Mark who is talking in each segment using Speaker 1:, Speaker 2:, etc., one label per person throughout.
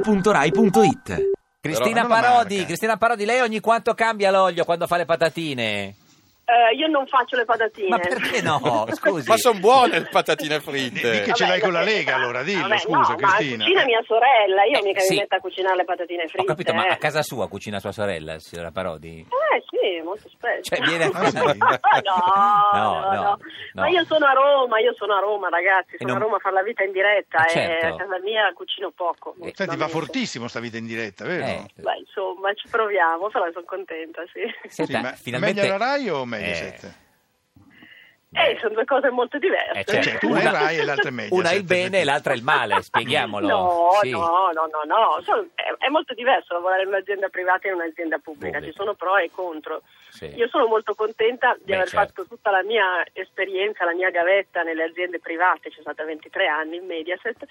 Speaker 1: radio2pod.rai.it
Speaker 2: Cristina
Speaker 3: Però non lo
Speaker 2: Parodi,
Speaker 3: marca.
Speaker 2: Cristina Parodi, lei ogni quanto cambia l'olio quando fa le patatine?
Speaker 4: Eh, io non faccio le patatine.
Speaker 2: Ma perché no? Scusi.
Speaker 3: Ma sono buone le patatine
Speaker 5: Di,
Speaker 3: fritte.
Speaker 5: di che ce
Speaker 4: Vabbè,
Speaker 5: l'hai con la
Speaker 4: perché-
Speaker 5: Lega allora, dillo,
Speaker 4: Vabbè,
Speaker 5: scusa
Speaker 4: no,
Speaker 5: Cristina.
Speaker 4: Ma cucina mia sorella, io
Speaker 2: Eh,
Speaker 4: mica
Speaker 2: sì.
Speaker 4: mi metto a cucinare le patatine fritte.
Speaker 2: Ho capito, ma
Speaker 4: eh.
Speaker 2: a casa sua cucina sua sorella, signora Parodi?
Speaker 4: Eh sì, molto spesso.
Speaker 2: Cioè, viene a
Speaker 5: casa
Speaker 4: no,
Speaker 5: lì?
Speaker 4: no,
Speaker 2: No,
Speaker 4: no,
Speaker 2: no,
Speaker 4: Ma
Speaker 2: no.
Speaker 4: io sono a Roma, io sono a Roma, ragazzi, sono
Speaker 2: non-
Speaker 4: a Roma a fare la vita in diretta
Speaker 2: Ah,
Speaker 4: e
Speaker 2: certo.
Speaker 4: a casa mia cucino poco.
Speaker 2: Eh,
Speaker 5: Senti, va
Speaker 4: ultimamente.
Speaker 5: fortissimo sta vita in diretta, vero?
Speaker 2: Eh,
Speaker 4: Beh, insomma, ci proviamo, però sono contenta, sì.
Speaker 2: senta,
Speaker 5: Sì, ma
Speaker 2: finalmente...
Speaker 5: Meglio la Rai o
Speaker 2: Eh,
Speaker 5: Mediaset?
Speaker 4: Eh, sono due cose molto diverse.
Speaker 2: Eh, certo.
Speaker 5: Certo, una è Rai e l'altra è Mediaset.
Speaker 2: Una il bene e l'altra il male, spieghiamolo.
Speaker 4: No,
Speaker 2: Sì.
Speaker 4: no, no, no, no. Sono- è, è molto diverso lavorare in un'azienda privata e in un'azienda pubblica,
Speaker 2: Pubblica.
Speaker 4: ci sono pro e contro.
Speaker 2: Sì.
Speaker 4: Io sono molto contenta di
Speaker 2: Beh,
Speaker 4: aver
Speaker 2: certo.
Speaker 4: fatto tutta la mia esperienza, la mia gavetta nelle aziende private, ci sono stata 23 anni in Mediaset.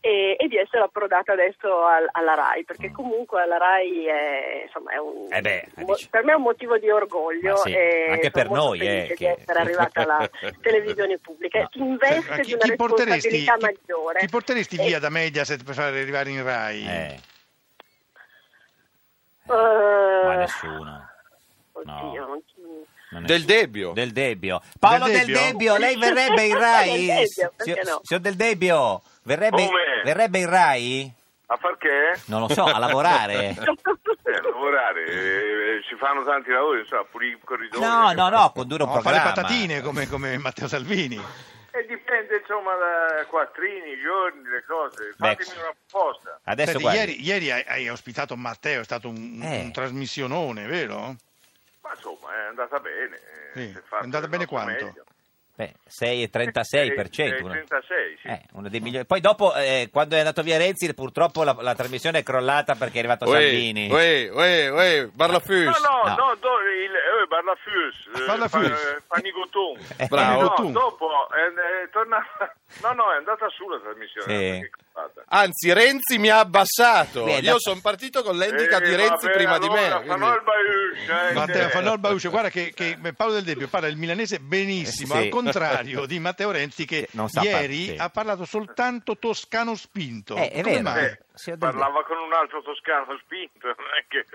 Speaker 4: E, e di essere approdata adesso al- alla RAI perché comunque la RAI è, insomma, è un,
Speaker 2: Mm. Eh beh,
Speaker 4: mo-
Speaker 2: dici-
Speaker 4: per me è un motivo di orgoglio
Speaker 2: Ma sì,
Speaker 4: e
Speaker 2: anche
Speaker 4: sono
Speaker 2: per
Speaker 4: molto
Speaker 2: noi, eh,
Speaker 4: felice di
Speaker 2: che-
Speaker 4: essere arrivata alla televisione pubblica
Speaker 2: No.
Speaker 4: si investe
Speaker 5: Ma
Speaker 4: di una responsabilità maggiore Eh.
Speaker 5: chi porteresti
Speaker 4: E-
Speaker 5: via da Mediaset per far arrivare in Rai?
Speaker 2: Eh, ma
Speaker 4: Eh,
Speaker 2: nessuno.
Speaker 4: Oddio,
Speaker 2: No.
Speaker 4: non-
Speaker 2: Non è-
Speaker 3: Del Debbio.
Speaker 2: Del Debbio. Paolo Del
Speaker 5: Del
Speaker 2: Debbio,
Speaker 5: Debbio?
Speaker 2: lei verrebbe in Rai?
Speaker 4: Del Debbio,
Speaker 2: Signor-
Speaker 4: perché no?
Speaker 2: Signor Del Debbio, verrebbe,
Speaker 6: Come?
Speaker 2: verrebbe in Rai?
Speaker 6: A far che?
Speaker 2: Non lo so, a lavorare.
Speaker 6: Eh, lavorare, eh, eh, si fanno tanti lavori, insomma, pulire i corridoi.
Speaker 2: No, no, no, condurre un
Speaker 5: No, fare
Speaker 2: programma.
Speaker 5: patatine come, come Matteo Salvini.
Speaker 6: E dipende, insomma, da quattrini, i giorni, le cose.
Speaker 2: Beh,
Speaker 6: Fatemi una proposta.
Speaker 2: Adesso
Speaker 5: Senti,
Speaker 2: guardi.
Speaker 5: ieri, ieri hai, hai ospitato Matteo, è stato un,
Speaker 2: Eh.
Speaker 5: un trasmissionone, vero?
Speaker 6: Ma insomma, è andata bene. eh,
Speaker 5: Sì,
Speaker 6: si è fatto
Speaker 5: è andata
Speaker 6: del
Speaker 5: bene
Speaker 6: nostro
Speaker 5: quanto?
Speaker 6: meglio.
Speaker 2: Beh, 6,36%.
Speaker 6: Eh,
Speaker 2: una-
Speaker 6: 36, sì.
Speaker 2: eh, uno dei migliori. Poi dopo, eh, quando è andato via Renzi, purtroppo la, la trasmissione è crollata perché è arrivato Salvini.
Speaker 3: Uè, uè, uè, Barlafus.
Speaker 6: No,
Speaker 2: No.
Speaker 6: no, no, do- il, eh, Barlafius, eh,
Speaker 5: Barlafius.
Speaker 6: fa- eh, Fanigoton.
Speaker 2: Eh,
Speaker 3: Bravo.
Speaker 6: No,
Speaker 5: Fanigoton.
Speaker 6: dopo eh, eh, torna... No, no, è andata su la trasmissione.
Speaker 2: Sì.
Speaker 6: non è che è andata.
Speaker 3: Anzi, Renzi mi ha abbassato.
Speaker 2: Beh,
Speaker 3: Io
Speaker 2: da-
Speaker 3: sono partito con l'endica di
Speaker 6: Eh,
Speaker 3: Renzi
Speaker 6: vabbè,
Speaker 3: prima di me.
Speaker 6: allora,
Speaker 3: quindi-
Speaker 6: Fanò il Baius, eh,
Speaker 5: Matteo
Speaker 6: eh.
Speaker 5: Fanol Bauce, guarda che, che Paolo Del Debbio parla il milanese benissimo,
Speaker 2: Eh, sì.
Speaker 5: al contrario di Matteo Renzi che
Speaker 2: Che non sa par-
Speaker 5: ieri
Speaker 2: sì.
Speaker 5: ha parlato soltanto toscano spinto.
Speaker 2: Eh, è
Speaker 5: Come
Speaker 2: vero.
Speaker 5: mai?
Speaker 2: Eh, signor Del Debbio.
Speaker 6: parlava con un altro toscano spinto non è che-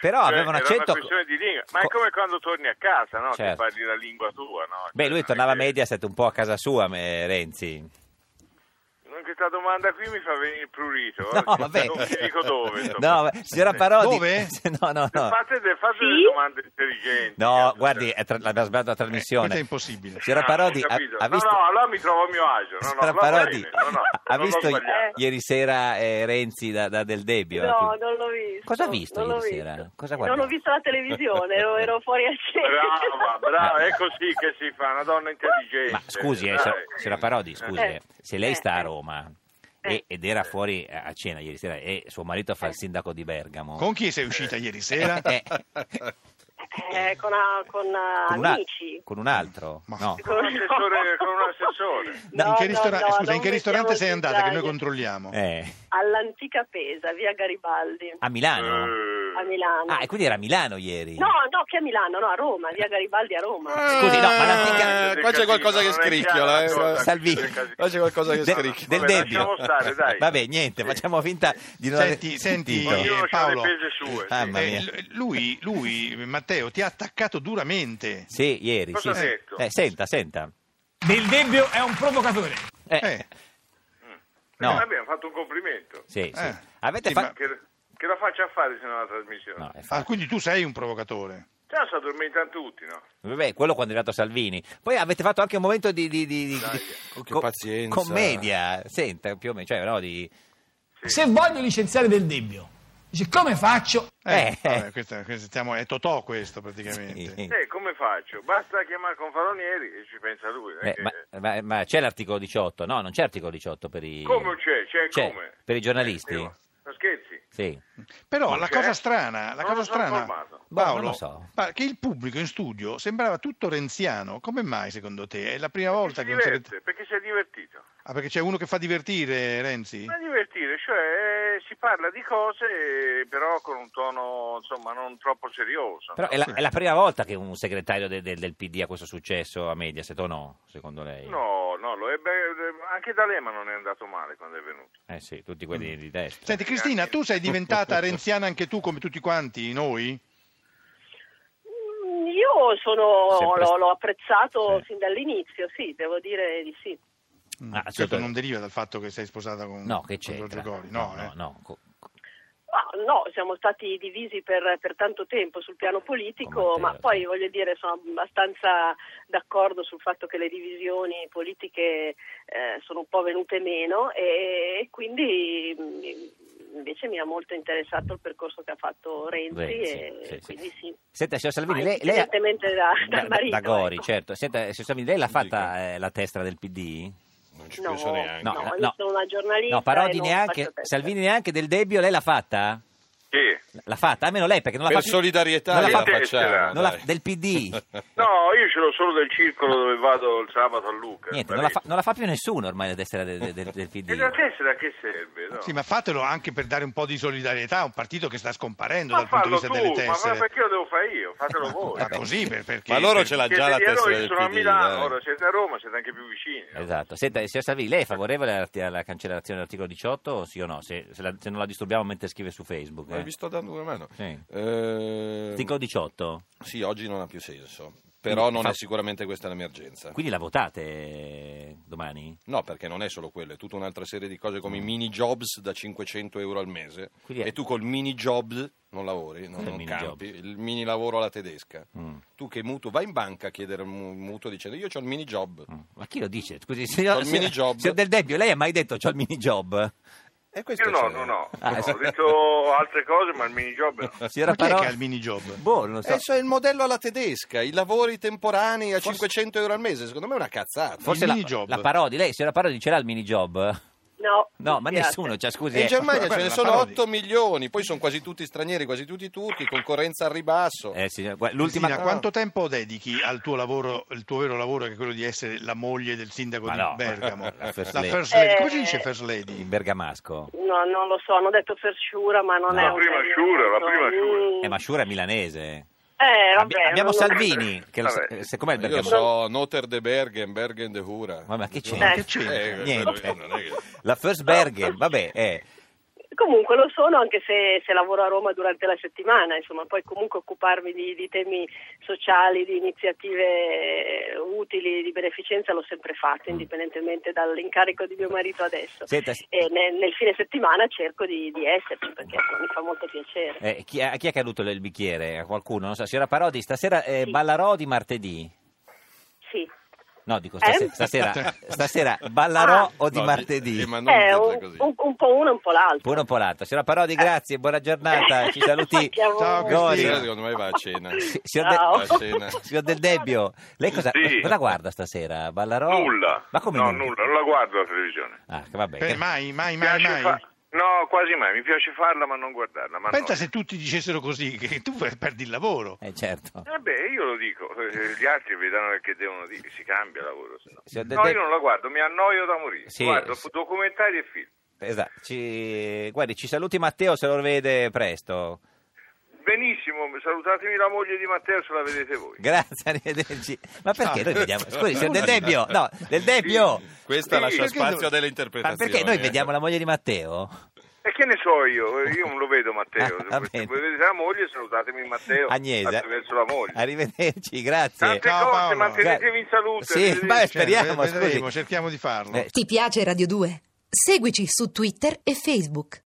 Speaker 2: Però
Speaker 6: Cioè,
Speaker 2: aveva un
Speaker 6: era
Speaker 2: accento-
Speaker 6: una questione di lingua ma è
Speaker 2: Co-
Speaker 6: come quando torni a casa no?
Speaker 2: Certo.
Speaker 6: che parli la lingua tua no?
Speaker 2: Beh,
Speaker 6: Cioè,
Speaker 2: lui
Speaker 6: non
Speaker 2: tornava a
Speaker 6: è che-
Speaker 2: Mediaset un po' a casa sua, me- Renzi.
Speaker 6: non- questa domanda qui mi fa venire il prurito
Speaker 2: No,
Speaker 6: eh.
Speaker 2: vabbè.
Speaker 6: non vi dico dove insomma.
Speaker 2: No, vabbè, signora Parodi.
Speaker 5: Dove?
Speaker 2: No, no, no.
Speaker 6: fate, de- fate
Speaker 4: Sì?
Speaker 6: delle domande intelligenti
Speaker 2: No,
Speaker 6: cazzo,
Speaker 2: guardi,
Speaker 6: cioè.
Speaker 2: è tra- l'abbiamo sbagliato la trasmissione.
Speaker 5: Eh, questo è impossibile.
Speaker 2: Signora
Speaker 6: Ah,
Speaker 2: Parodi,
Speaker 6: ho
Speaker 2: ha,
Speaker 6: capito.
Speaker 2: ha visto...
Speaker 6: no no allora mi trovo a mio agio no, no,
Speaker 2: Signora
Speaker 6: va
Speaker 2: Parodi,
Speaker 6: bene, no, no,
Speaker 2: ha
Speaker 6: non ho
Speaker 2: visto
Speaker 6: sbagliato.
Speaker 2: ieri sera eh, Renzi da, da Del Debbio? eh,
Speaker 4: No,
Speaker 2: Quindi-
Speaker 4: non l'ho visto.
Speaker 2: Cosa ha visto
Speaker 4: non l'ho
Speaker 2: ieri sera?
Speaker 4: visto.
Speaker 2: Cosa
Speaker 4: non
Speaker 2: guardava?
Speaker 4: ho visto la televisione, ero, ero fuori a cena.
Speaker 6: brava brava è così che si fa una donna intelligente
Speaker 2: Ma scusi, eh,
Speaker 6: dai.
Speaker 2: signora- signora Parodi, scusi,
Speaker 4: Eh.
Speaker 2: eh, se lei sta a
Speaker 4: Eh.
Speaker 2: Roma
Speaker 4: Eh.
Speaker 2: e- ed era fuori a a cena ieri sera e suo marito fa il sindaco di Bergamo...
Speaker 5: Con chi sei uscita ieri sera?
Speaker 2: Eh,
Speaker 4: Eh, con, a- con, a-
Speaker 2: con, una-
Speaker 4: Ah, amici.
Speaker 2: con un altro?
Speaker 5: Ma-
Speaker 2: No.
Speaker 6: Con un assessore- con un assessore.
Speaker 5: in
Speaker 4: No,
Speaker 5: che
Speaker 4: no,
Speaker 5: ristora-
Speaker 4: no,
Speaker 5: scusa, in
Speaker 4: non
Speaker 5: che ristorante sei
Speaker 4: mettiamoci
Speaker 5: andata che noi
Speaker 4: in gaglia.
Speaker 5: controlliamo?
Speaker 2: Eh,
Speaker 4: All'antica Pesa, via Garibaldi,
Speaker 2: A Milano?
Speaker 6: Eh,
Speaker 4: a Milano.
Speaker 2: Ah, e quindi era a Milano ieri?
Speaker 4: No, no, che a Milano, no, a Roma, via Garibaldi a Roma.
Speaker 5: Ah.
Speaker 2: Eh, Scusi, no, ma l'antica-
Speaker 3: Eh, Qua c'è qualcosa che
Speaker 6: Non è
Speaker 3: scricchiola.
Speaker 6: chiaro,
Speaker 3: Eh.
Speaker 6: cosa-
Speaker 2: Salvini.
Speaker 3: Qua c'è qualcosa che
Speaker 2: De-
Speaker 3: scricchiola.
Speaker 2: del
Speaker 6: Vabbè,
Speaker 2: Debbio.
Speaker 6: lasciamo stare, dai.
Speaker 2: Vabbè, niente,
Speaker 6: Sì.
Speaker 2: facciamo finta di non
Speaker 5: Senti,
Speaker 2: aver
Speaker 5: senti,
Speaker 2: sentito.
Speaker 5: eh,
Speaker 6: Ognuno ha
Speaker 5: Paolo.
Speaker 6: le pese sue. sì.
Speaker 2: Ah, ma- Mamma mia.
Speaker 5: Eh, l- lui, lui, Matteo, ti ha attaccato duramente.
Speaker 2: Sì, ieri.
Speaker 6: Cosa
Speaker 2: sì,
Speaker 6: ha
Speaker 2: sì.
Speaker 6: detto?
Speaker 2: Eh, senta, senta.
Speaker 7: Del Debbio è un provocatore.
Speaker 2: Eh,
Speaker 5: Eh,
Speaker 2: no.
Speaker 6: Eh, abbiamo fatto un complimento.
Speaker 2: Sì, sì.
Speaker 5: Eh.
Speaker 2: Avete
Speaker 5: Sì,
Speaker 2: fatto...
Speaker 6: Che, che la faccia a fare se non la trasmissione?
Speaker 2: No, eh. è
Speaker 5: ah,
Speaker 2: fatto.
Speaker 5: quindi tu sei un provocatore.
Speaker 6: Già si addormentano tutti, no?
Speaker 2: Vabbè, quello quando è arrivato Salvini. Poi avete fatto anche un momento di... di, di, di-
Speaker 6: Dai,
Speaker 2: di-
Speaker 3: che pazienza.
Speaker 2: Commedia. Senta, più o meno. Cioè, no, di...
Speaker 7: Se voglio licenziare Del Debbio, dice come faccio?
Speaker 2: Eh.
Speaker 5: Eh, vabbè, questa- questa stiamo- è Totò questo praticamente.
Speaker 2: Sì.
Speaker 6: Eh, come faccio? Basta chiamare Confalonieri e ci pensa lui. non è
Speaker 2: Beh,
Speaker 6: Eh, che-
Speaker 2: Eh, ma, ma- ma c'è l'articolo 18? No, non c'è l'articolo 18 per i...
Speaker 6: Come c'è? C'è,
Speaker 2: C'è,
Speaker 6: come?
Speaker 2: per i giornalisti?
Speaker 6: Eh, sì, ma scherzi?
Speaker 2: Sì.
Speaker 5: Però
Speaker 6: Ma
Speaker 5: la
Speaker 6: c'è?
Speaker 5: cosa strana, la
Speaker 6: Non
Speaker 5: cosa
Speaker 6: lo sono
Speaker 5: strana,
Speaker 6: informato.
Speaker 2: Boh, non
Speaker 5: Paolo,
Speaker 2: lo so.
Speaker 5: ma che il pubblico in studio sembrava tutto renziano. Come mai secondo te? È la prima volta
Speaker 6: Si
Speaker 5: che non si
Speaker 6: diverte, perché si è divertito.
Speaker 5: Ah, perché c'è uno che fa divertire Renzi?
Speaker 6: Ma divertire, cioè eh, si parla di cose eh, però con un tono insomma non troppo serioso.
Speaker 2: Però è la, è la prima volta che un segretario de- del- del PD ha questo successo a Mediaset o no, secondo lei?
Speaker 6: No, no, lo ebbe, anche D'Alema non è andato male quando è venuto.
Speaker 2: Eh sì, tutti quelli di destra.
Speaker 5: Mm. Senti Cristina, tu sei diventata renziana anche tu come tutti quanti noi?
Speaker 4: Mm, Io sono,
Speaker 2: Sempre-
Speaker 4: l'ho, l'ho apprezzato
Speaker 2: Sì.
Speaker 4: sin dall'inizio, sì, devo dire di sì.
Speaker 2: Ah,
Speaker 5: Questo
Speaker 2: certo.
Speaker 5: Mm, non deriva dal fatto che sei sposata con,
Speaker 2: No, che
Speaker 5: con
Speaker 2: c'entra?
Speaker 5: Giorgio Gori, no, eh.
Speaker 2: no, no, co-
Speaker 4: Ma no, siamo stati divisi per, per tanto tempo sul piano politico,
Speaker 2: Come te,
Speaker 4: ma
Speaker 2: sì.
Speaker 4: poi voglio dire sono abbastanza d'accordo sul fatto che le divisioni politiche eh, sono un po' venute meno e, e quindi mh, invece mi ha molto interessato il percorso che ha fatto Renzi,
Speaker 2: Renzi,
Speaker 4: e
Speaker 2: sì, sì.
Speaker 4: quindi sì.
Speaker 2: Senta, signor Salvini,
Speaker 4: Ma
Speaker 2: lei, lei ha-
Speaker 4: indipendentemente da- dal marito,
Speaker 2: Gori,
Speaker 4: ecco.
Speaker 2: certo. Senta, signor Salvini, lei l'ha fatta eh, la testa del PD?
Speaker 3: Non ci penso neanche.
Speaker 4: No, io sono una giornalista
Speaker 2: eh, No, Parodi
Speaker 4: e non
Speaker 2: neanche,
Speaker 4: faccio testa.
Speaker 2: Salvini neanche del Debbio, lei l'ha fatta?
Speaker 6: Sì.
Speaker 2: L'ha fatta, almeno lei perché non l'ha
Speaker 3: Per
Speaker 2: fatta.
Speaker 3: solidarietà
Speaker 2: non la
Speaker 3: la,
Speaker 6: fa-
Speaker 3: facciamo.
Speaker 2: non la-
Speaker 3: dai.
Speaker 2: del PD.
Speaker 6: No, io ce l'ho solo del circolo dove vado il sabato a Luca.
Speaker 2: Niente, non la, fa, non la fa più nessuno ormai la destra del, del- del- del PD.
Speaker 6: E la tessera che serve? No?
Speaker 5: Sì, ma fatelo anche per dare un po' di solidarietà a un partito che sta scomparendo
Speaker 6: Ma
Speaker 5: dal punto di
Speaker 6: fallo
Speaker 5: vista
Speaker 6: tu,
Speaker 5: delle
Speaker 6: ma- ma
Speaker 5: tessere.
Speaker 6: perché lo devo fare io? Fatelo voi.
Speaker 5: Ma così, per- perché...
Speaker 3: Ma loro
Speaker 5: per-
Speaker 3: ce l'ha
Speaker 6: Siete
Speaker 3: già la
Speaker 6: di Roma,
Speaker 3: testa
Speaker 6: io
Speaker 3: del
Speaker 6: sono a
Speaker 3: PD,
Speaker 6: Milano,
Speaker 3: dai.
Speaker 6: ora siete a Roma, siete anche più vicini. no?
Speaker 2: Esatto. Senta, signor Salvini, lei è favorevole alla, alla cancellazione dell'articolo 18 o sì o no? Se, se la- se non la disturbiamo mentre scrive su Facebook.
Speaker 3: Ma Eh.
Speaker 2: eh.
Speaker 3: vi sto dando una mano.
Speaker 2: Sì.
Speaker 3: Ehm,
Speaker 2: Articolo 18,
Speaker 3: sì, oggi non ha più senso. Però non
Speaker 2: fa-
Speaker 3: è sicuramente questa l'emergenza.
Speaker 2: quindi la votate eh, domani?
Speaker 3: No, perché non è solo quello, è tutta un'altra serie di cose come i mini jobs da 500 euro al mese.
Speaker 2: Quindi è-
Speaker 3: E tu col mini job non lavori, non,
Speaker 2: Cos'è il
Speaker 3: non
Speaker 2: mini
Speaker 3: campi, il mini lavoro alla tedesca.
Speaker 2: Mm.
Speaker 3: Tu che mutuo, vai in banca a chiedere un mu- mutuo dicendo io ho il mini job.
Speaker 2: Ma chi lo dice? Scusi, signor,
Speaker 3: Col minijob.
Speaker 2: signor Del Debbio, lei ha mai detto c'ho il minijob?
Speaker 3: E questo
Speaker 6: Io no,
Speaker 3: c'è.
Speaker 6: no, no.
Speaker 2: Ah,
Speaker 6: No,
Speaker 2: sì.
Speaker 6: Ho detto altre cose, ma il minijob no.
Speaker 2: Signora
Speaker 5: Ma chi è
Speaker 2: Parodi-
Speaker 5: che ha il minijob?
Speaker 2: Boh, non lo so.
Speaker 3: Eh, so, è il modello alla tedesca, i lavori temporanei a 500 euro al mese, secondo me è una cazzata.
Speaker 2: Forse
Speaker 5: il
Speaker 2: la,
Speaker 5: minijob.
Speaker 2: la Parodi, lei, signora Parodi, ce l'ha il minijob?
Speaker 4: No,
Speaker 2: No,
Speaker 4: mi
Speaker 2: ma
Speaker 4: spiace.
Speaker 2: nessuno, cioè, scusi.
Speaker 3: E in
Speaker 2: eh.
Speaker 3: Germania
Speaker 5: guarda,
Speaker 3: ce ne
Speaker 5: la
Speaker 3: sono
Speaker 5: parodi.
Speaker 3: 8 milioni, poi sono quasi tutti stranieri, quasi tutti turchi, concorrenza al ribasso.
Speaker 2: Eh, signora, guarda, l'ultima...
Speaker 5: Cristina, quanto tempo dedichi al tuo lavoro, il tuo vero lavoro che è quello di essere la moglie del sindaco
Speaker 2: Ma
Speaker 5: di
Speaker 2: no,
Speaker 5: Bergamo?
Speaker 2: la first lady.
Speaker 5: lady.
Speaker 4: Eh,
Speaker 5: Come si dice first lady?
Speaker 2: in bergamasco.
Speaker 4: No, non lo so, hanno detto Fersciura, ma non
Speaker 2: No.
Speaker 4: è
Speaker 2: La
Speaker 4: un
Speaker 6: prima
Speaker 4: termine
Speaker 6: sciura, la
Speaker 4: giusto.
Speaker 6: prima sciura.
Speaker 4: Mm.
Speaker 2: Eh, ma Shura è milanese.
Speaker 4: Eh, vabbè,
Speaker 2: Abbi- abbiamo
Speaker 4: non-
Speaker 2: Salvini, che lo sa-
Speaker 6: Vabbè.
Speaker 2: eh, se- com'è il
Speaker 3: Io
Speaker 2: bergamasco?
Speaker 3: so Noter de Bergen, Bergen de Hura.
Speaker 2: Ma- ma che
Speaker 3: Io-
Speaker 2: c'entra?
Speaker 5: Che c'entra?
Speaker 3: Eh,
Speaker 2: Niente.
Speaker 3: non è che-
Speaker 2: La First Bergen, vabbè, eh.
Speaker 4: Comunque lo sono anche se, se lavoro a Roma durante la settimana, insomma, poi comunque occuparmi di, di temi sociali, di iniziative eh, utili, di beneficenza l'ho sempre
Speaker 2: Mm.
Speaker 4: fatto, indipendentemente dall'incarico di mio marito adesso.
Speaker 2: Senta, s-
Speaker 4: E nel, nel fine settimana cerco di, di esserci perché ecco, mi fa molto piacere.
Speaker 2: eh, chi, a chi è caduto il bicchiere? A qualcuno? Non so, signora Parodi, stasera eh,
Speaker 4: Sì.
Speaker 2: Ballarò di martedì.
Speaker 4: Sì.
Speaker 2: No, dico stase-
Speaker 4: Eh?
Speaker 2: stasera, stasera ballarò
Speaker 4: Ah.
Speaker 2: o di
Speaker 3: no,
Speaker 2: martedì?
Speaker 3: eh, ma non
Speaker 4: Eh,
Speaker 3: dire
Speaker 4: un,
Speaker 3: così.
Speaker 4: un- un po' uno e un po' l'altro.
Speaker 2: Buono un po' l'altro. Signora Parodi, grazie, buona giornata, ci saluti.
Speaker 4: Ciao,
Speaker 5: Ciao,
Speaker 2: Gori.
Speaker 3: Stasera secondo me va a cena.
Speaker 2: Si-
Speaker 4: Ciao.
Speaker 2: Signor,
Speaker 3: Va a cena.
Speaker 2: signor Del Debbio, lei cosa,
Speaker 6: Sì.
Speaker 2: cosa guarda stasera? Ballarò?
Speaker 6: Nulla.
Speaker 2: Ma come
Speaker 6: no, nulla, non la guardo la televisione.
Speaker 2: Ah, che vabbè.
Speaker 5: Per-
Speaker 2: che-
Speaker 5: mai, mai,
Speaker 6: Mi
Speaker 5: mai,
Speaker 6: piace
Speaker 5: mai.
Speaker 6: fa- No, quasi mai. Mi piace farla, ma non guardarla. Ma
Speaker 5: Pensa
Speaker 6: no.
Speaker 5: se tutti dicessero così, che tu per- perdi il lavoro.
Speaker 2: Eh, certo.
Speaker 6: Vabbè, io lo dico, eh, gli altri vedranno che devono dire, si cambia lavoro. se no.
Speaker 2: Signor De-
Speaker 6: No,
Speaker 2: De-
Speaker 6: io non la guardo, mi annoio da morire.
Speaker 2: Sì,
Speaker 6: guardo
Speaker 2: sì.
Speaker 6: documentari e film.
Speaker 2: Esatto. Ci... Guardi, ci saluti Matteo se lo vede presto.
Speaker 6: Benissimo, salutatemi la moglie di Matteo se la vedete voi.
Speaker 2: Grazie, arrivederci. Ma perché
Speaker 5: Ah.
Speaker 2: noi vediamo... Scusi, signor Del Debbio, no, Del Debbio,
Speaker 3: Questa
Speaker 6: Sì,
Speaker 3: lascia
Speaker 6: perché
Speaker 3: spazio
Speaker 5: non-
Speaker 3: a delle
Speaker 2: ma
Speaker 3: interpretazioni.
Speaker 2: perché noi vediamo la moglie di Matteo?
Speaker 6: E che ne so io? Eh, Io non lo vedo Matteo.
Speaker 2: Ah, va
Speaker 6: Se
Speaker 2: bene.
Speaker 6: voi vedete la moglie, salutatemi Matteo
Speaker 2: Agnese. Eh,
Speaker 6: attraverso la moglie.
Speaker 2: Arrivederci, grazie.
Speaker 6: Tante
Speaker 5: Ciao,
Speaker 6: cose,
Speaker 5: Paolo.
Speaker 6: mantenetevi in salute. eh,
Speaker 2: Sì,
Speaker 6: arrivederci.
Speaker 2: beh,
Speaker 5: Cioè,
Speaker 2: speriamo,
Speaker 5: vedremo,
Speaker 2: scusi.
Speaker 5: cerchiamo di farlo.
Speaker 2: Eh,
Speaker 1: Ti piace Radio 2? Seguici su Twitter e Facebook.